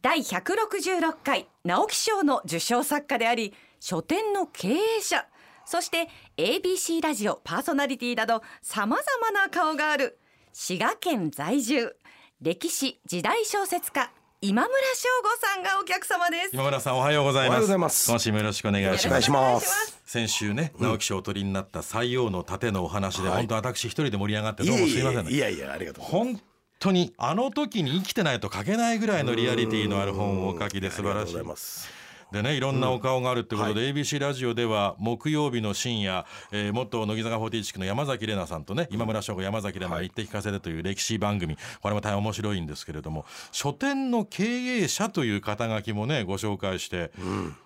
第166回直木賞の受賞作家であり書店の経営者そして ABC ラジオパーソナリティなどさまざまな顔がある滋賀県在住歴史時代小説家今村翔吾さんがお客様です。今村さんおはようございますおはようございます今週もよろしくお願いしおま願すいしますよろく先週ね直木賞をお取りになった採用の盾のお話で、は本い当私一人で盛り上がっていどうやもいすいません、やいね、やいやありがとう本当にあの時に生きてないと書けないぐらいのリアリティのある本をお書きで素晴らしいありがとうございますでねいろんなお顔があるってことで、ABC ラジオでは木曜日の深夜、えー、元乃木坂46の山崎怜奈さんとね今村翔吾山崎怜奈の「言って聞かせて」という歴史番組これも大変面白いんですけれども書店の経営者という肩書きもねご紹介して、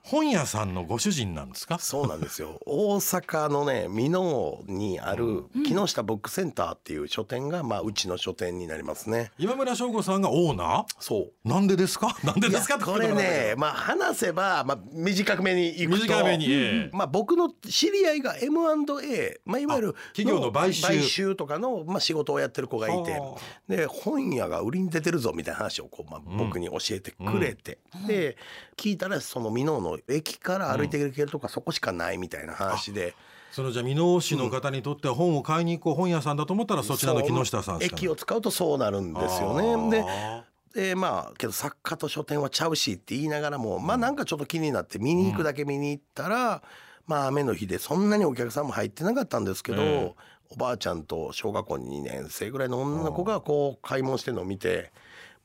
本屋さんのご主人なんですかそうなんですよ大阪のね箕面にある木下ブックセンターっていう書店がまあうちの書店になりますね今村翔吾さんがオーナーそうなんでですかなんでいでやすかってこれねまあ話せばまあ短めにいくと短めにええまあ僕の知り合いが M&A まあいわゆるあ企業の買収とかのまあ仕事をやってる子がいてはで本屋が売りに出てるぞみたいな話をこうまあうん僕に教えてくれてで聞いたらその箕面の駅から歩いていけるとかそこしかないみたいな話でそのじゃあ箕面市の方にとっては本を買いに行こう本屋さんだと思ったらそちらの木下さんしかない駅を使うとそうなるんですよねであでまあけど作家と書店はちゃうしって言いながらもまあなんかちょっと気になって見に行くだけ見に行ったら、まあ雨の日でそんなにお客さんも入ってなかったんですけど、えおばあちゃんと小学校2年生ぐらいの女の子がこう買い物してるのを見て。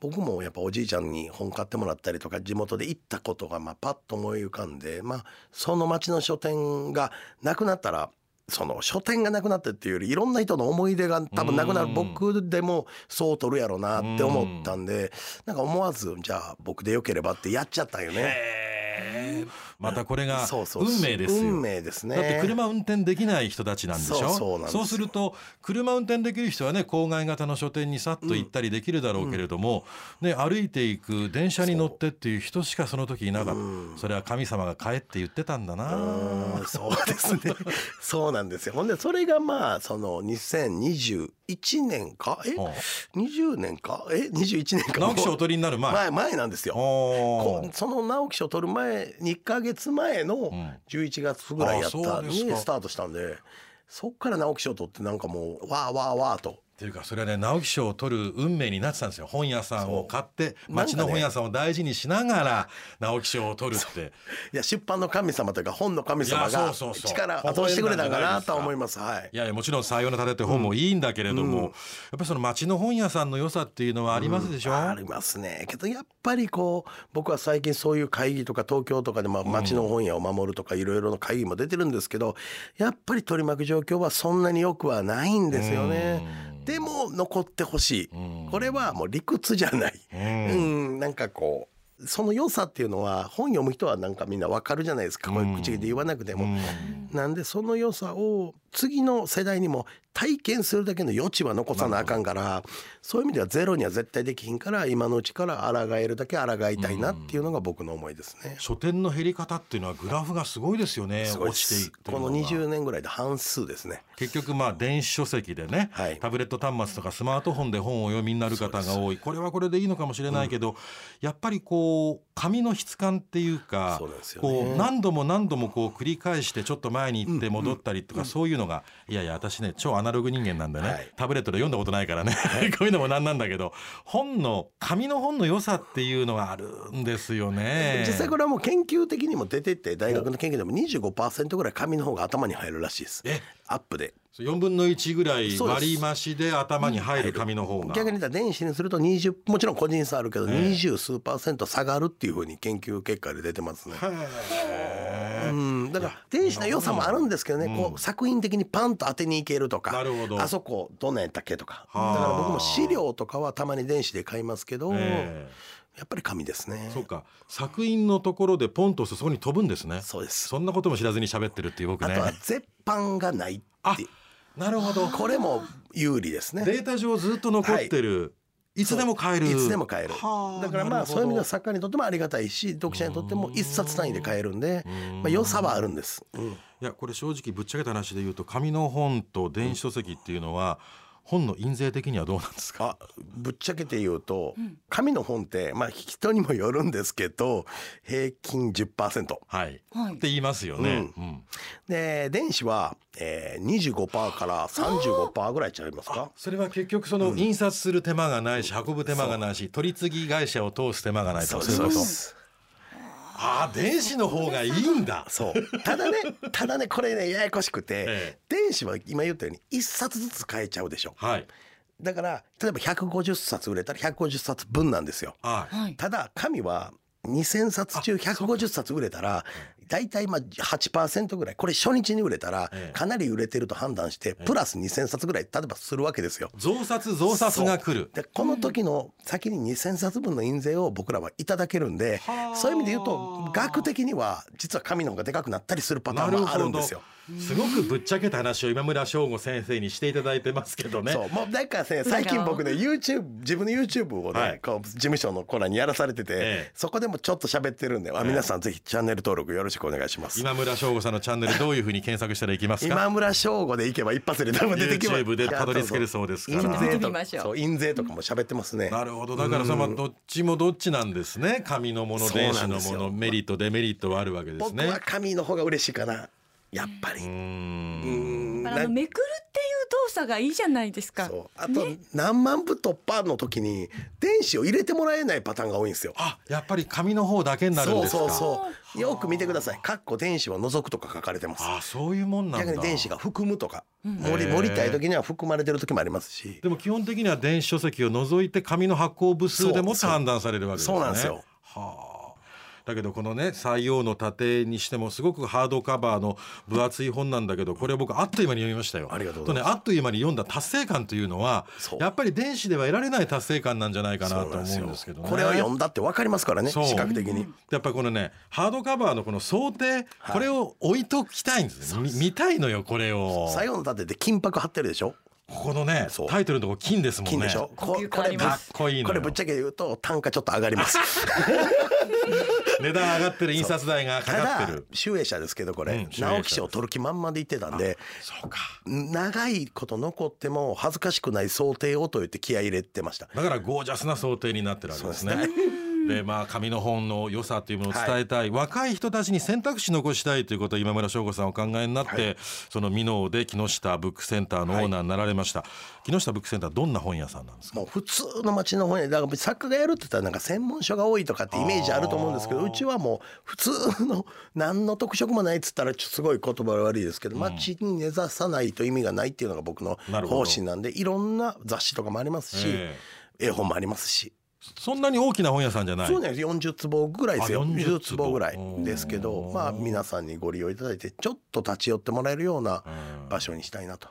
僕もやっぱおじいちゃんに本買ってもらったりとか地元で行ったことがまあパッと思い浮かんで、まあ、その町の書店がなくなったらその書店がなくなってっていうよりいろんな人の思い出が多分なくなうるん僕でもそう取るやろなって思ったんでなんか思わずじゃあ僕でよければってやっちゃったんよね。へーまたこれがそうそう運命ですよ。運命ですね。だって車運転できない人たちなんでしょそうそうなんですよすると車運転できる人はね郊外型の書店にさっと行ったりできるだろうけれども、ね、歩いていく電車に乗ってっていう人しかその時いなかったそれは神様が帰って言ってたんだなうんそうですね そうなんですよほんでそれがまあその2021年かえうん20年かえ21年か直木賞お取りになる前、前前なんですよおこーその直木賞取る前2ヶ月前のん11月ぐらいやっあたそうですにかスタートしたんでそっから直木賞取ってなんかもうわーわーわーとっていうかそれはね直木賞を取る運命になってたんですよ本屋さんを買ってうなんかね町の本屋さんを大事にしながら直木賞を取るって。いや出版の神様というか本の神様いやがそうそうそう力を後押してくれたんかなとは思いますはいいやいやもちろん「採用の盾」って本もいいんだけれども、やっぱりその町の本屋さんの良さっていうのはありますでしょ、ありますねけどやっぱりこう僕は最近そういう会議とか東京とかでまあ町の本屋を守るとかいろいろの会議も出てるんですけどやっぱり取り巻く状況はそんなによくはないんですよね。でも残ってほしいうんこれはもう理屈じゃない。うんうん、なんかこうその良さっていうのは本読む人はなんかみんなわかるじゃないですか、こういう口で言わなくても、なんでその良さを次の世代にも体験するだけの余地は残さなあかんからそういう意味ではゼロには絶対できひんから今のうちから抗えるだけ抗いたいなっていうのが僕の思いですね。書店の減り方っていうのはグラフがすごいですよねすごい落でちていっすてるこがの20年ぐらいで半数ですね。結局まあ電子書籍でね、はいタブレット端末とかスマートフォンで本をお読みになる方が多いこれはこれでいいのかもしれないけど、やっぱりこう紙の質感っていうかそうなんですよねこう何度も何度もこう繰り返してちょっと前に行って戻ったりとかそういうのがいやいや私ね超アナログ人間なんでね、はいタブレットで読んだことないからね こういうのもなんなんだけど本の紙の本の良さっていうのはあるんですよね。実際これはもう研究的にも出てて大学の研究でも25%ぐらい紙の方が頭に入るらしいですえアップで4分の1ぐらいそうです割り増しで頭に入る紙の方が。逆に言ったら電子にすると20もちろん個人差あるけど20数パーセント下がるっていうふうに研究結果で出てますね。うん、だから電子の良さもあるんですけどね、こう作品的にパンと当てにいけるとかなるほどあそこどんなんやったっけとかだはあから僕も資料とかはたまに電子で買いますけど、えやっぱり紙ですねえそうか作品のところでポンと押すとそこに飛ぶんですねそうですそんなことも知らずに喋ってるっていう僕あねとは絶版がないっていうなるほどこれも有利ですねデータ上ずっと残ってる、い、つでも買えるいつでも買えるはあだからまなあるほそどういう意味では作家にとってもありがたいし読者にとっても一冊単位で買えるんでまあ良さはあるんです、うんいやこれ正直ぶっちゃけた話で言うと紙の本と電子書籍っていうのは、本の印税的にはどうなんですかあぶっちゃけて言うと、紙の本ってまあ人にもよるんですけど平均10%はい。ってはい言いますよね。うんで電子は、えー、25%から35%ぐらいちゃいますかそれは結局その印刷する手間がないし、運ぶ手間がないし、取り次ぎ会社を通す手間がないと。そういでことすああ、電子の方がいいんだ。そうただねただねこれねややこしくて、ええ電子は今言ったように1冊ずつ買えちゃうでしょはい。だから例えば150冊売れたら150冊分なんですよはい。はい。ただ紙は2,000冊中150冊売れたら大体まあ8%ぐらいこれ初日に売れたらええかなり売れてると判断してプラス2,000冊ぐらい例えばするわけですよ。増刷増刷が来る。でこの時の先に2,000冊分の印税を僕らはいただけるんではあそういう意味で言うと額的には実は紙の方がでかくなったりするパなターるンもあるほんでど。すよ。すごくぶっちゃけた話を今村翔吾先生にしていただいてますけどね。そうもうなんかね最近僕ね YouTube 自分の YouTube をね、はいこう事務所のコーナーにやらされてて、ええそこでもちょっと喋ってるんで、あええ皆さんぜひチャンネル登録よろしくお願いします。今村翔吾さんのチャンネルどういうふうに検索したらいきますか。今村翔吾で行けば一発で多分出てきます。 YouTube でたどり着けるそうですからちょ印税っと見てとみまかしょうそう印税とかも喋ってますね。なるほどだからさまあどっちもどっちなんですね紙のものそう電子なんのですもよのメリットデメリットはあるわけです僕ねは。紙の方が嬉しいかな。やっぱり。うーんうんあのめくるっていう動作がいいじゃないですか。そうあと何万部突破の時に電子を入れてもらえないパターンが多いんですよ。あやっぱり紙の方だけになるんそうですか。そうそう。よく見てください。かっこ電子を除くとか書かれてます。あそういうもんなんだ。逆に電子が含むとか盛へりー盛りたい時には含まれてる時もありますしでも基本的には電子書籍を除いて紙の発行部数でもってそう判断されるわけですね。そうなんですよ。はあ。だけどこのね採用の盾にしてもすごくハードカバーの分厚い本なんだけどこれを僕あっという間に読みましたよ。ありがとうございねあっという間に読んだ達成感というのはそうやっぱり電子では得られない達成感なんじゃないかなと思うんそうなんでですすよけどね。これを読んだって分かりますからねそう視覚的にやっぱりこのねハードカバーのこの想定、はいこれを置いときたいんですよみ見たいのよこれを最後の盾で金箔貼ってるでしょここのねそうタイトルのとこ金ですもんね金でしょこ高級こ感あれりぶっかまっこいいのよこれぶっちゃけ言うと単価ちょっと上がります 値段上がってる印刷代がかたかってだる集英社ですけどこうんれ集英社直木賞取る気満々で言ってたんでそうか長いこと残っても恥ずかしくない想定をと言って気合い入れてましただからゴージャスな想定になってるわけですね。でまあ紙の本の良さというものを伝えたい、若い人たちに選択肢残したいということを今村翔吾さんお考えになって、その箕面で木下ブックセンターのオーナーになられました、木下ブックセンターどんな本屋さんなんですかもう普通の町の本屋だから作家がやるって言ったらなんか専門書が多いとかってイメージあると思うんですけあどーうちはもう普通の何の特色もないっつったらちょっとすごい言葉悪いですけど町に根ざさないと意味がないっていうのが僕のなるほど方針なんでいろんな雑誌とかもありますしええ絵本もありますしそんなに大きな本屋さんじゃないそうね40坪ぐらいですよあ40坪40坪ぐらいですけうどんまあ皆さんにご利用いただいてちょっと立ち寄ってもらえるようなうん場所にしたいなと。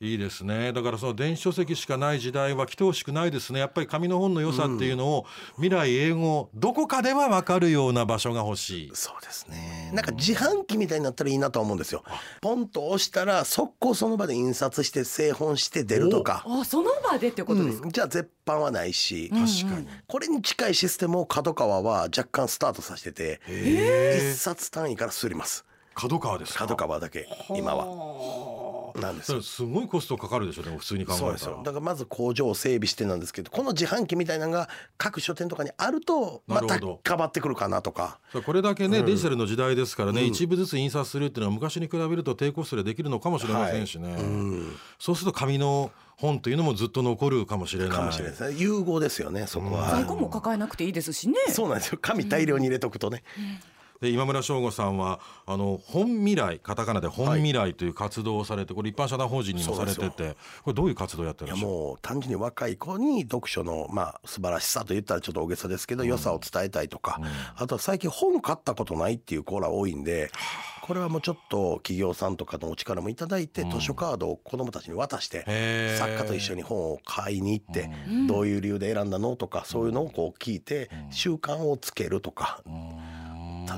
いいですねだからその電子書籍しかない時代は来てほしくないですねやっぱり紙の本の良さっていうのを、未来英語どこかでは分かるような場所が欲しいそうですねなんか自販機みたいになったらいいなとは思うんですよポンと押したら速攻その場で印刷して製本して出るとか、あ、その場でってことですか。うんじゃあ絶版はないし、うん確かに、これに近いシステムを角川は若干スタートさせてて一え冊単位からすります角川ですか角川だけ今ははなんですそよれすごいコストかかるでしょでも普通に考えたそうらですよだからまず工場を整備してなんですけどこの自販機みたいなのが各書店とかにあるとまなたるほどかばってくるかなとかさあこれだけね、デジタルの時代ですからね、一部ずつ印刷するっていうのは昔に比べると低コストでできるのかもしれませんしね、そうすると紙の本というのもずっと残るかもしれないかもしれないですね融合ですよねそこは、在庫も抱えなくていいですしね。そうなんですよ紙大量に入れとくとね、で今村翔吾さんはあの本未来カタカナで本未来という活動をされて、これ一般社団法人にもされてそうてこれどういう活動やっているんでやしょうもう単純に若い子に読書のまあ素晴らしさと言ったらちょっと大げさですけど、良さを伝えたいとか、あとは最近本買ったことないっていう子ら多いんでこれはもうちょっと企業さんとかのお力もいただいて、図書カードを子どもたちに渡してへー作家と一緒に本を買いに行って、どういう理由で選んだのとかそういうのをこう聞いて習慣をつけるとか。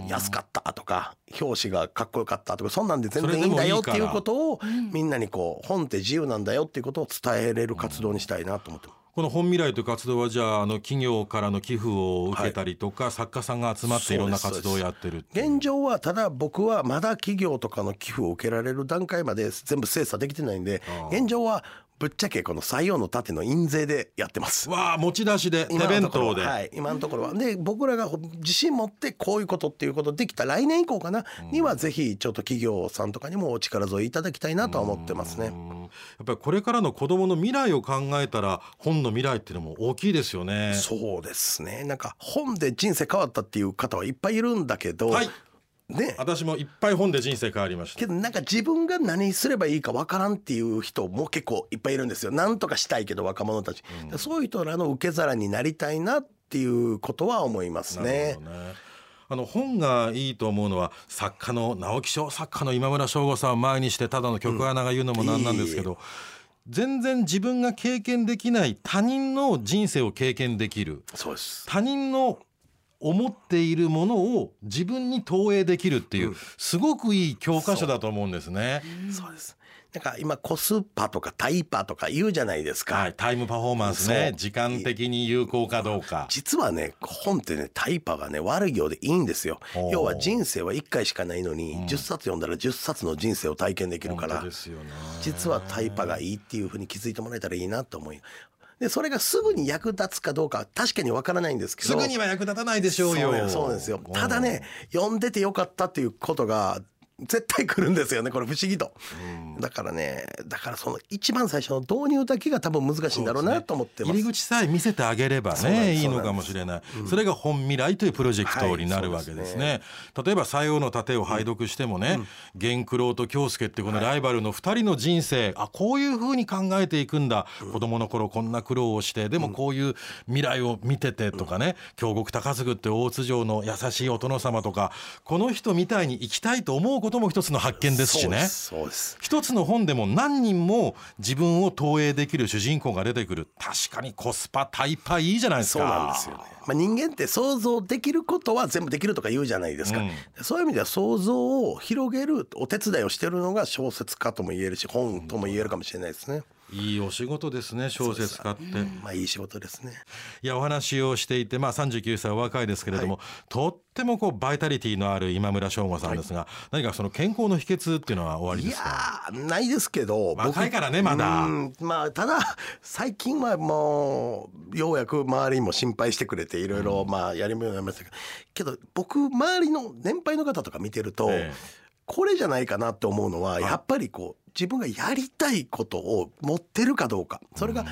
安かったとか表紙がかっこよかったとかそんなんで全然いいんだよっていうことをみんなにこう本って自由なんだよっていうことを伝えれる活動にしたいなと思ってますこの本未来という活動はじゃああの企業からの寄付を受けたりとか、作家さんが集まっていろんなそうです活動をやってるっていう現状はただ僕はまだ企業とかの寄付を受けられる段階まで全部精査できてないんで現状はぶっちゃけこの採用の盾の印税でやって ます。わあ持ち出しで手今の弁ところ当はで、はい、今のところはで僕らがほ自信持ってこういうことっていうことできた来年以降かな、にはぜひちょっと企業さんとかにもお力添えいただきたいなとは思ってますねう。んやっぱりこれからの子どもの未来を考えたら本の未来っていうのも大きいですよね。そうですねなんか本で人生変わったっていう方はいっぱいいるんだけど、はいね私もいっぱい本で人生変わりましたけどなんか自分が何すればいいかわからんっていう人も結構いっぱいいるんですよなんとかしたいけど若者たち、そういう人らの受け皿になりたいなっていうことは思いますねなるほどねあの本がいいと思うのは作家の直木賞作家の今村翔吾さんを前にしてただの曲穴が言うのもなんなんですけど、全然自分が経験できない他人の人生を経験できるそうです他人の思っているものを自分に投影できるっていう、すごくいい教科書だと思うんですね。そうですなんか今コスパとかタイパとか言うじゃないですか、はい、タイムパフォーマンスねそう時間的に有効かどうか。実はね本ってねタイパがね悪いようでいいんですよおー要は人生は1回しかないのに、10冊読んだら10冊の人生を体験できるか本ら当ですよね実はタイパがいいっていうふうに気づいてもらえたらいいなと思いでそれがすぐに役立つかどうかは確かにわからないんですけすどぐには役立たないでしょうそうよ。ねそうなんですよただね読んでてよかったっていうことが絶対来るんですよねこれ不思議と、だからねだからその一番最初の導入だけが多分難しいんだろうなと思ってます入り口さえ見せてあげればそうなんでねすいいのかもしれない、それが本未来というプロジェクトになるわけですね,、例えば「西洋の盾」を拝読してもね源九郎と京介ってこのライバルの2人の人生あこういうふうに考えていくんだ、子供の頃こんな苦労をしてでもこういう未来を見ててとかね京極高嗣って大津城の優しいお殿様とかこの人みたいに生きたいと思うことも一つの発見ですしそうでね。すそうです一つの本でも何人も自分を投影できる主人公が出てくる確かにコスパタイパいいじゃないですそかうなんですよね。まあ、人間って想像できることは全部できるとか言うじゃないですか、うんそういう意味では想像を広げるお手伝いをしてるのが小説家とも言えるし本とも言えるかもしれないですね。いいお仕事ですね小説家って、いまあいい仕事ですね。やお話をしていてまあ39歳は若いですけれども、とってもこうバイタリティのある今村翔吾さんですが、何かその健康の秘訣っていうのはおありいでやすかーないですけど僕若いからねまだうんまあただ最近はもうようやく周りも心配してくれていろいろまあやりもやりましたけどけど僕周りの年配の方とか見てると、ええこれじゃないかなって思うのはやっぱりこう自分がやりたいことを持ってるかどうかそれが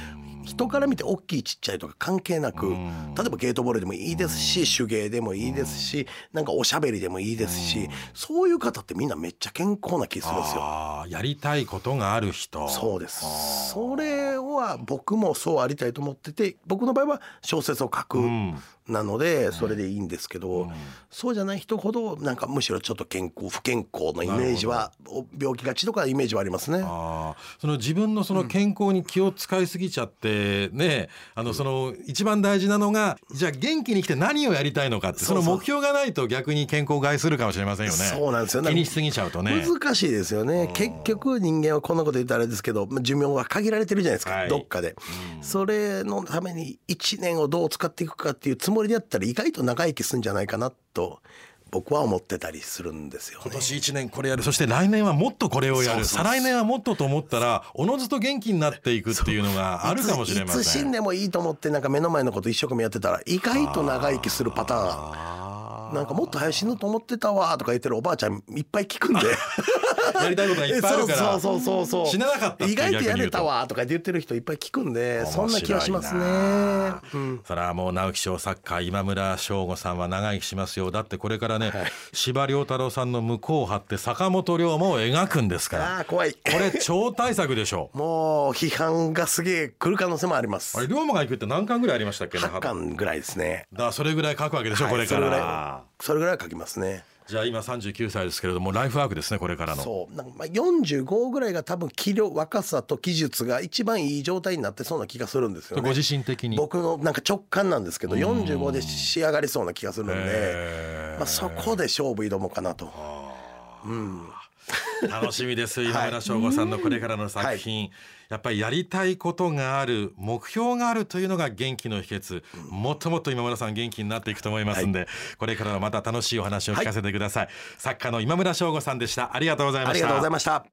人から見て大きいちっちゃいとか関係なく例んえばゲートボールでもいいですし手芸でもいいですしなんかおしゃべりでもいいですしそういう方ってみんなめっちゃ健康な気するんですよ。あーやりたいことがある人そうですそれは僕もそうありたいと思ってて僕の場合は小説を書くんなのでそれでいいんですけど、そうじゃない人ほどなんかむしろちょっと健康不健康のイメージはお病気がちとかイメージはありますね。あーその自分のその健康に気を使いすぎちゃって、ねあのその一番大事なのがじゃあ元気に来て何をやりたいのかってそそうそのう目標がないと逆に健康を害するかもしれませんよねそうなんですよね気にしすぎちゃうとね難しいですよね結局人間はこんなこと言ったらあれですけどまあ寿命は限られてるじゃないですか、はいどっかで、それのために1年をどう使っていくかっていうつもりでやったら意外と長生きするんじゃないかなと僕は思ってたりするんですよね今年1年これやるそして来年はもっとこれをやるそうそうそう再来年はもっとと思ったらおのずと元気になっていくっていうのがあるかもしれまいついつせ死んん。でもいいと思ってなんか目の前のこと一生懸命やってたら意外と長生きするパターンあなんかもっと早く死ぬと思ってたわとか言ってるおばあちゃんいっぱい聞くん でーやりたいことがいっぱいあるからそうそうそうそう死ななかったって意外とやれた逆に言うとわとか言ってる人いっぱい聞くんでそんな気はしますね面白いなうんそれはもう直木賞作家今村翔吾さんは長生きしますよだってこれからね、司馬遼太郎さんの向こうを張って坂本龍馬を描くんですからああ怖いこれ超大作でしょうもう批判がすげえ来る可能性もありますあれ龍馬が行くって何巻ぐらいありましたっけね8巻ぐらいですねだからそれぐらい書くわけでしょ、はいこれからそれぐらいそれぐらいは書きますねじゃあ今39歳ですけれどもライフワークですねこれからのそうなんかまあ45ぐらいが多分気量若さと技術が一番いい状態になってそうな気がするんですよごね自身的に僕のなんか直感なんですけど45で仕上がりそうな気がするんで、えーまあ、そこで勝負挑もうかなと。うん、 楽しみです今村翔吾さんのこれからの作品、やっぱりやりたいことがある目標があるというのが元気の秘訣もっともっと今村さん元気になっていくと思いますんで、これからはまた楽しいお話を聞かせてください、作家の今村翔吾さんでしたありがとうございあまりしがとうたございました。